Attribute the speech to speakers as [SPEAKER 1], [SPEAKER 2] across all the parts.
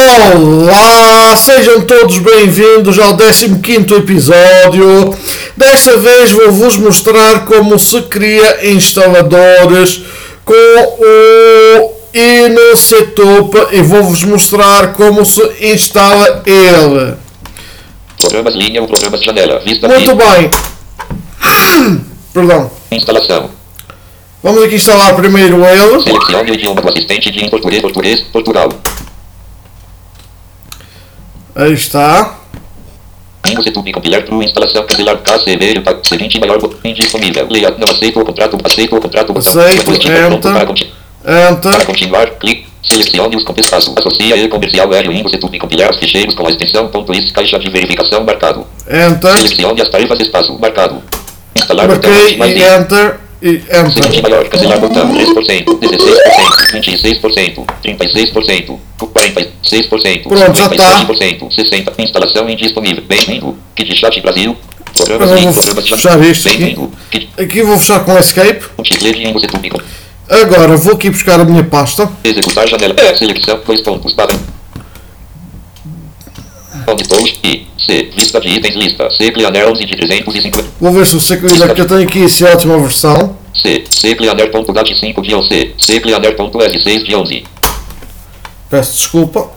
[SPEAKER 1] Olá, sejam todos bem-vindos ao 15º episódio. Desta vez vou-vos mostrar como se cria instaladores com o InSetup e vou-vos mostrar como se instala ele.
[SPEAKER 2] Programas linha ou programas janela. Vista
[SPEAKER 1] Muito
[SPEAKER 2] aqui.
[SPEAKER 1] bem. Perdão.
[SPEAKER 2] Instalação.
[SPEAKER 1] Vamos aqui instalar primeiro ele.
[SPEAKER 2] Selecione o idioma do assistente de em português, português, Portugal.
[SPEAKER 1] Aí está.
[SPEAKER 2] Em você tudo compilar true instalação cancelar KCV impact seguinte maior botão indisponível. Layout não aceito o contrato, aceito o contrato.
[SPEAKER 1] Aceito,
[SPEAKER 2] Depois de pronto
[SPEAKER 1] enter.
[SPEAKER 2] para conti- Para
[SPEAKER 1] Enter.
[SPEAKER 2] continuar, clique. Selecione os com espaço. Associa ele comercial aéreo em você tudo compilar os ficheiros com a extensão ponto .is caixa de verificação marcado.
[SPEAKER 1] Enter.
[SPEAKER 2] Selecione as tarefas espaço marcado. Instalar botão
[SPEAKER 1] Marquei
[SPEAKER 2] mais
[SPEAKER 1] e enter. E enter.
[SPEAKER 2] Seguinte maior, cancelar botão 3%, 16%, 26%, 36%, 46%,
[SPEAKER 1] Pronto, já tá.
[SPEAKER 2] 57%, 60%, instalação indisponível. Bem-vindo, Kit Chat Brasil. Programas
[SPEAKER 1] Eu vou
[SPEAKER 2] e programas
[SPEAKER 1] fechar isto aqui.
[SPEAKER 2] Bem-vindo, Kit um
[SPEAKER 1] Aqui vou fechar com escape.
[SPEAKER 2] Multiplayer em você público.
[SPEAKER 1] Agora vou aqui buscar a minha pasta.
[SPEAKER 2] Executar janela, seleção, dois pontos, barra. Auditores e C, vista de itens, lista, C, Cleaner 11 de 350.
[SPEAKER 1] Vou ver se eu sei que que eu tenho aqui se é a última versão.
[SPEAKER 2] C, C, Cleaner.dat 5 de 11, C, Cleaner.s6 de 11.
[SPEAKER 1] Peço desculpa.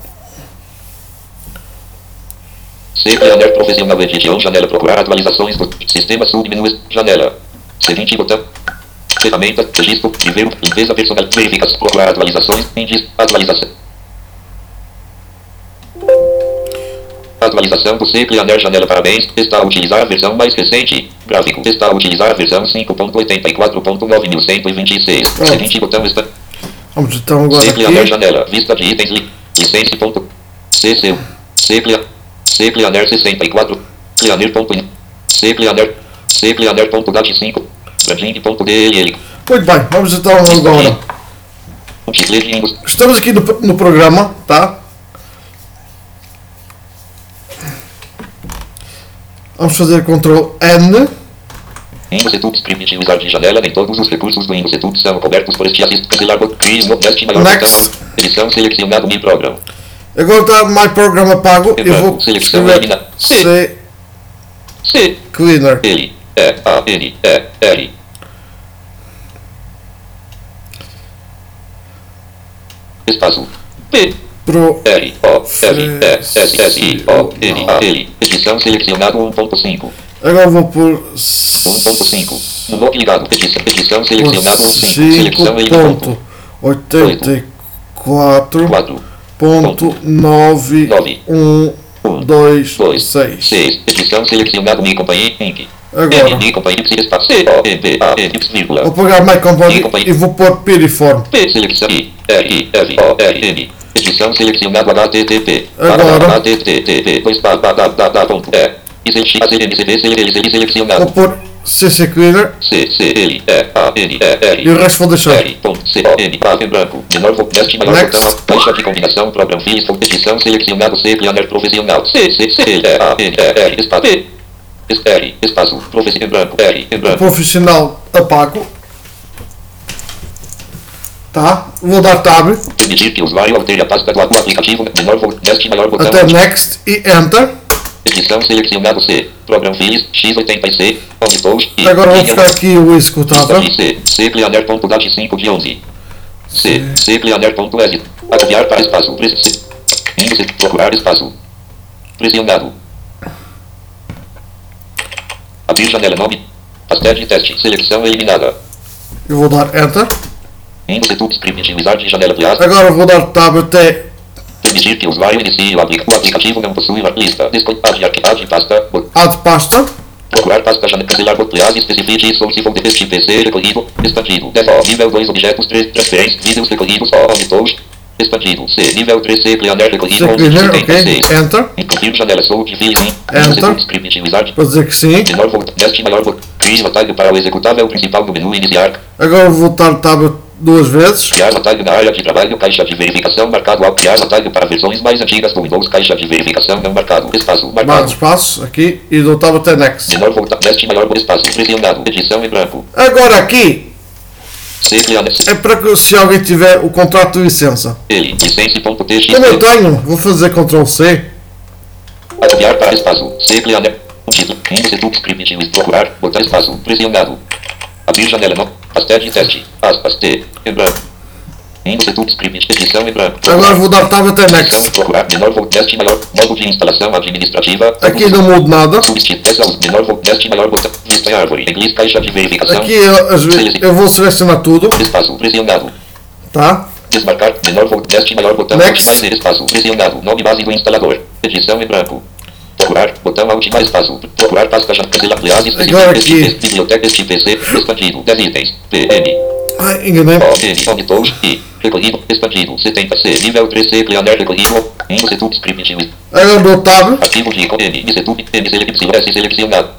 [SPEAKER 2] CPANER Profissional Edition Janela Procurar atualizações do Sistema Submenus Janela Seguinte botão Ferramenta Registro Primeiro Limpeza Personal Verificação Procurar atualizações Índice Atualização Atualização do CPANER Janela Parabéns Está a utilizar a versão mais recente Gráfico Está a utilizar a versão 5.84.9126 Seguinte botão está
[SPEAKER 1] Vamos então agora
[SPEAKER 2] C Cleaner
[SPEAKER 1] aqui.
[SPEAKER 2] janela, vista de itens, li- licença ponto, C, C, um. C, Clea- C Cleaner 64, Cleaner ponto, in- C Cleaner, C Cleaner ponto DAT 5, Branding ponto DLL,
[SPEAKER 1] Muito bem, vamos então agora.
[SPEAKER 2] Um Multiclerinos,
[SPEAKER 1] Estamos aqui no, no programa, tá? Vamos fazer Ctrl N.
[SPEAKER 2] Insetubs, permite usar de janela, nem todos os recursos do Insetub são cobertos por este assist, cancelar, bot- cris, no teste maior,
[SPEAKER 1] Next.
[SPEAKER 2] botão. edição, um selecionado, mi program,
[SPEAKER 1] Agora está My Programa pago. Eu vou escrever C
[SPEAKER 2] C,
[SPEAKER 1] Cleaner.
[SPEAKER 2] L, E, A, N, E, R, espaço, P,
[SPEAKER 1] Pro.
[SPEAKER 2] R O L E S S I O N A L um edição selecionado 1.5
[SPEAKER 1] Agora vou pôr.
[SPEAKER 2] 1.5 no bloco ligado edição, edição selecionado 5 um seleção né? ele ponto
[SPEAKER 1] 5.84.9126
[SPEAKER 2] 4 Nove. Um. Dois. seis É, edição selecionado minha companhia Inc.
[SPEAKER 1] Agora.
[SPEAKER 2] Minha companhia precisa espaço C O E B A N
[SPEAKER 1] Vou
[SPEAKER 2] vírgula
[SPEAKER 1] pegar My Company
[SPEAKER 2] Cinco, pai.
[SPEAKER 1] e vou pôr Piriform.
[SPEAKER 2] P seleção I R I F O R N edição selecionado HTTP
[SPEAKER 1] Agora.
[SPEAKER 2] HTTP dois barra barra barra ponto E ICX ACNCV selecionado
[SPEAKER 1] Vou pôr CC Cleaner
[SPEAKER 2] C C L E A N E R
[SPEAKER 1] e o resto vou deixar.
[SPEAKER 2] R ponto C O N Pave branco menor vo- deste maior
[SPEAKER 1] Next.
[SPEAKER 2] botão caixa de combinação program fiz competição selecionado C planner profissional C C C L E A N E R espaço P Es- R espaço profissional branco R em branco
[SPEAKER 1] Profissional apago. Tá? Vou dar Tab,
[SPEAKER 2] permitir que o usuário altere a pasta do aplicativo menor vo- deste maior botão
[SPEAKER 1] até Next e Enter.
[SPEAKER 2] edição selecionado C program fiz X80C Omnitouch e
[SPEAKER 1] Agora vou
[SPEAKER 2] Linha-
[SPEAKER 1] buscar aqui o executável.
[SPEAKER 2] C, C Cleaner.dat 5 de 11. C, C Cleaner.s. Adivinhar para espaço. Prec- C- Índice, procurar espaço. Pressionado. Abrir janela nome. Hashtag teste. Seleção eliminada.
[SPEAKER 1] Eu vou dar Enter.
[SPEAKER 2] Índice tubes primitivizar de janela classe.
[SPEAKER 1] Agora vou dar Tab até
[SPEAKER 2] Permitir que o usuário inicie o, apli- o aplicativo não possui uma lista. Descontar de arquivagem pasta. Bo-
[SPEAKER 1] A de pasta.
[SPEAKER 2] Procurar pasta janela. Cancelar botões. Especifique isso se for de este PC recolhido. Expandido. Default. Nível 2 objetos 3 transferências. Vídeos recolhidos. Ó, auditores. Expandido. C. Nível 3 C. Cleaner recolhido.
[SPEAKER 1] CC Cleaner, ok.
[SPEAKER 2] 1176.
[SPEAKER 1] Enter.
[SPEAKER 2] Incluir janela sou de vizinho.
[SPEAKER 1] Enter.
[SPEAKER 2] Primitivizade.
[SPEAKER 1] Vou dizer que sim.
[SPEAKER 2] Menor volt. Deste maior volt. Cris atalho para o executável principal do menu iniciar.
[SPEAKER 1] Agora vou dar Tab duas vezes.
[SPEAKER 2] Criar atalho na área de trabalho. Caixa de verificação marcado ao criar atalho para versões mais antigas do Windows. Caixa de verificação não marcado. Espaço
[SPEAKER 1] Mais
[SPEAKER 2] marcado.
[SPEAKER 1] espaço aqui e dou Tab até Next.
[SPEAKER 2] Menor volt. Deste maior volt. Espaço pressionado. Edição em branco.
[SPEAKER 1] Agora aqui É para que se alguém tiver o contrato de licença.
[SPEAKER 2] Ele, licença.txt.
[SPEAKER 1] Como eu tenho, vou fazer Ctrl C.
[SPEAKER 2] Adiar para espaço. C cliente. O título. Índice subscript. Procurar. Botar espaço. Pressionado. Abrir janela. Não. Hashtag teste. Aspas. T. Em branco. Índice subscript. Edição em branco.
[SPEAKER 1] Agora vou dar tab até next.
[SPEAKER 2] Então, Procurar. Menor voo teste maior. Modo de instalação administrativa.
[SPEAKER 1] Aqui não mudo nada.
[SPEAKER 2] Substituição. Menor voo teste maior. Botão. Vista em árvore. Inglês. Caixa de verificação.
[SPEAKER 1] Aqui eu, às vezes, eu vou selecionar tudo,
[SPEAKER 2] Espaço. Pressionado.
[SPEAKER 1] tá?
[SPEAKER 2] Desmarcar. Menor voo teste maior. Botão.
[SPEAKER 1] Next.
[SPEAKER 2] Fazer espaço. Pressionado. Nome base do instalador. Edição em branco. Procurar. Botão alt mais espaço. Procurar pasta já. Cancelar aliases.
[SPEAKER 1] Agora aqui.
[SPEAKER 2] Biblioteca STPC. Expandido. 10 itens. PM.
[SPEAKER 1] Ai, enganei.
[SPEAKER 2] OM. Omnitous. I. Recolhido. Expandido. 70C. Nível 3C. Cleaner recolhido. Insetup script.
[SPEAKER 1] Agora dou tab,
[SPEAKER 2] Arquivo de M. Insetup. M. Selec- S. Selecionado.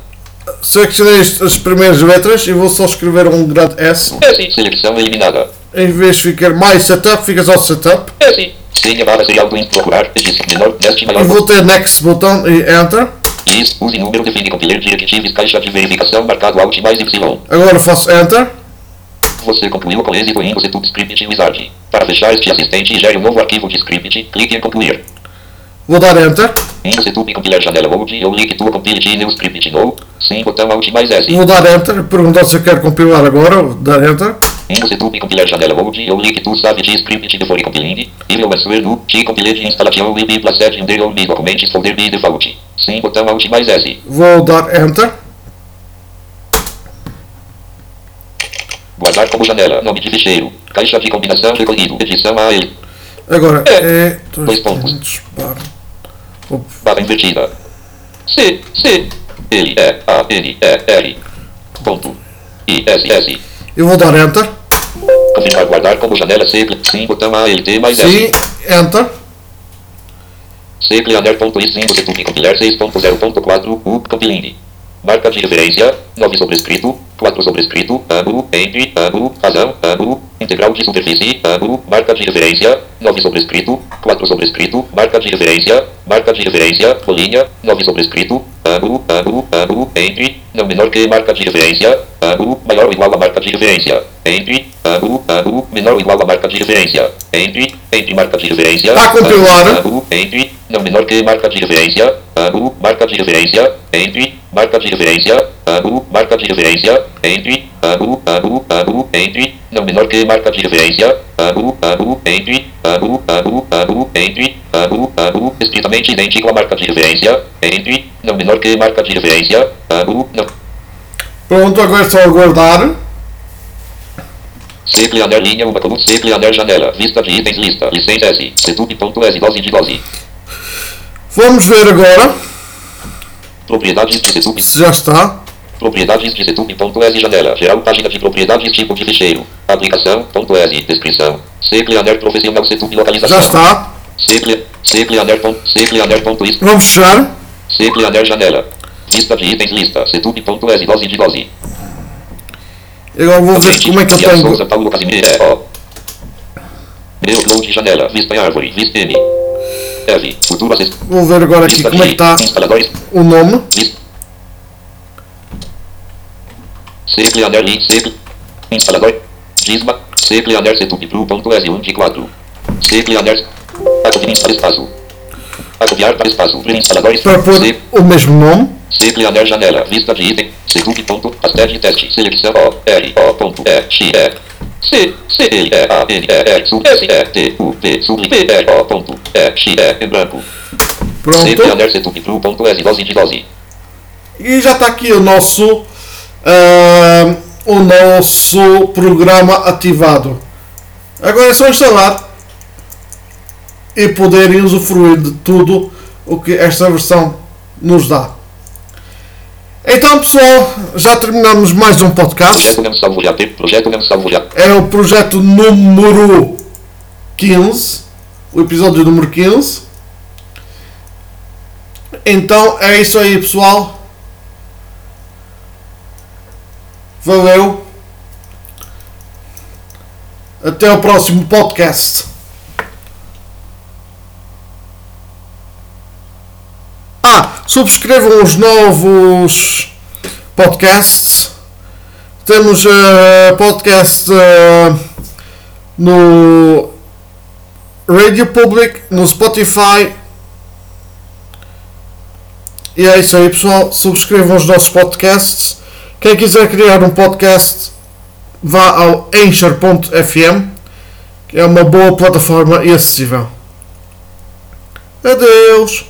[SPEAKER 1] selecionei as, as primeiras letras e vou só escrever um grande S.
[SPEAKER 2] S. Seleção eliminada.
[SPEAKER 1] Em vez de ficar mais setup, fica só setup.
[SPEAKER 2] S. Senha barra serial do in- procurar. Edição menor. Deste
[SPEAKER 1] E
[SPEAKER 2] maior.
[SPEAKER 1] vou ter next botão e enter.
[SPEAKER 2] Diz, use número, define compiler directives, caixa de verificação, marcado alt mais Y.
[SPEAKER 1] Agora faço enter.
[SPEAKER 2] Você concluiu com êxito em Incosetup Script Wizard. Para fechar este assistente e gere um novo arquivo de script, clique em concluir.
[SPEAKER 1] Vou dar enter.
[SPEAKER 2] Incosetup compiler janela mode, eu link tua compile de new script no, sim botão alt mais S.
[SPEAKER 1] Vou dar enter. Perguntar se eu quero compilar agora. Vou dar enter.
[SPEAKER 2] Incosetup compiler janela mode, eu link tu save de script before compiling, evil answer no, t compile de instalação e bibla set in their only documents folder by default, sim botão alt mais S.
[SPEAKER 1] Vou dar enter.
[SPEAKER 2] Guardar como janela, nome de ficheiro, caixa de combinação recolhido, edição a ele,
[SPEAKER 1] Agora é
[SPEAKER 2] Dois pontos.
[SPEAKER 1] 300 para.
[SPEAKER 2] barra invertida. C, C, L, E, A, N, E, R. Ponto. I, S, S.
[SPEAKER 1] Eu vou dar enter.
[SPEAKER 2] Confirmar guardar como janela C, sim, botão A, L, T, mais
[SPEAKER 1] Sim,
[SPEAKER 2] S.
[SPEAKER 1] enter.
[SPEAKER 2] C, cleaner.i, sim, você tudo compilar 6.0.4, U, compiling. Marca de referência, 9 sobrescrito, 4 sobrescrito, ângulo, entre, ângulo, razão, ângulo, integral de superfície, ângulo, marca de referência, 9 sobrescrito, 4 sobrescrito, marca de referência, marca de referência, bolinha, 9 sobrescrito, ângulo, ângulo, ângulo, entre, não menor que marca de referência, ângulo, maior ou igual a marca de referência, entre, ângulo, ângulo, menor ou igual a marca de referência, entre, entre marca de referência,
[SPEAKER 1] Tá compilado.
[SPEAKER 2] ângulo, entre, não menor que marca de referência, ângulo, marca de referência, entre, marca de referência, ângulo, marca de referência, entre, ângulo, ângulo, ângulo, entre, não menor que marca de referência, ângulo, ângulo, entre, ângulo, ângulo, ângulo, entre, ângulo, ângulo, estritamente idêntico à marca de referência, entre, não menor que marca de referência, ângulo, não.
[SPEAKER 1] Pronto, agora é só aguardar.
[SPEAKER 2] C Cleaner linha uma coluna C Cleaner janela, vista de itens lista, licença S, setub.s 12 de 12,
[SPEAKER 1] Vamos ver agora
[SPEAKER 2] propriedades de setub.
[SPEAKER 1] se já está.
[SPEAKER 2] Propriedades de setup.es janela. Geral página de propriedades tipo de ficheiro. Aplicação. Ponto .es. Descrição. Cleaner profissional setup localização.
[SPEAKER 1] Já está.
[SPEAKER 2] Ccle- Cleaner. ponto- Cleaner. ponto is-
[SPEAKER 1] Vamos fechar.
[SPEAKER 2] Cleaner janela. Lista de itens lista. Setup.es 12 de 12.
[SPEAKER 1] E agora vou ver como é que eu
[SPEAKER 2] Via
[SPEAKER 1] tenho.
[SPEAKER 2] Souza Paulo Casimiro. é, ó. Meu clone janela. Vista em árvore. Vista M. F. Futuro assist.
[SPEAKER 1] Vou ver agora aqui
[SPEAKER 2] Vista
[SPEAKER 1] como é que
[SPEAKER 2] de
[SPEAKER 1] está
[SPEAKER 2] instaladores.
[SPEAKER 1] o nome.
[SPEAKER 2] List. Secle under link secle. Instalador. Gizma. Secle under setup pro.s1 de 4. Secle under. Acovinha instala espaço. Acovinhar para espaço. Instaladores.
[SPEAKER 1] Para pôr
[SPEAKER 2] Se-
[SPEAKER 1] o mesmo nome.
[SPEAKER 2] Secle under janela. Vista de item. Setup ponto. Hashtag teste. Selecção O. R. O. Ponto. E. X. E. C. C. L. E. A. N. E. R. Sub. S. E. T. U. P. Sub. P. R. O. Ponto. E. X. E. Em branco. Secle
[SPEAKER 1] Pronto.
[SPEAKER 2] under setup pro.s 12 de 12.
[SPEAKER 1] E já está aqui o nosso. ah, o nosso programa ativado. Agora é só instalar e poderem usufruir de tudo o que esta versão nos dá. Então pessoal, já terminamos mais um podcast.
[SPEAKER 2] Projeto não salvo já. Projeto não salvo já.
[SPEAKER 1] é o projeto número 15, o episódio número 15. Então é isso aí, pessoal. Valeu. Até o próximo podcast. Ah, subscrevam os novos podcasts Temos eh, podcast eh, no Radio Public, no Spotify. E é isso aí, pessoal. Subscrevam os nossos podcasts. Quem quiser criar um podcast, vá ao Anchor.fm, que é uma boa plataforma e acessível. Adeus!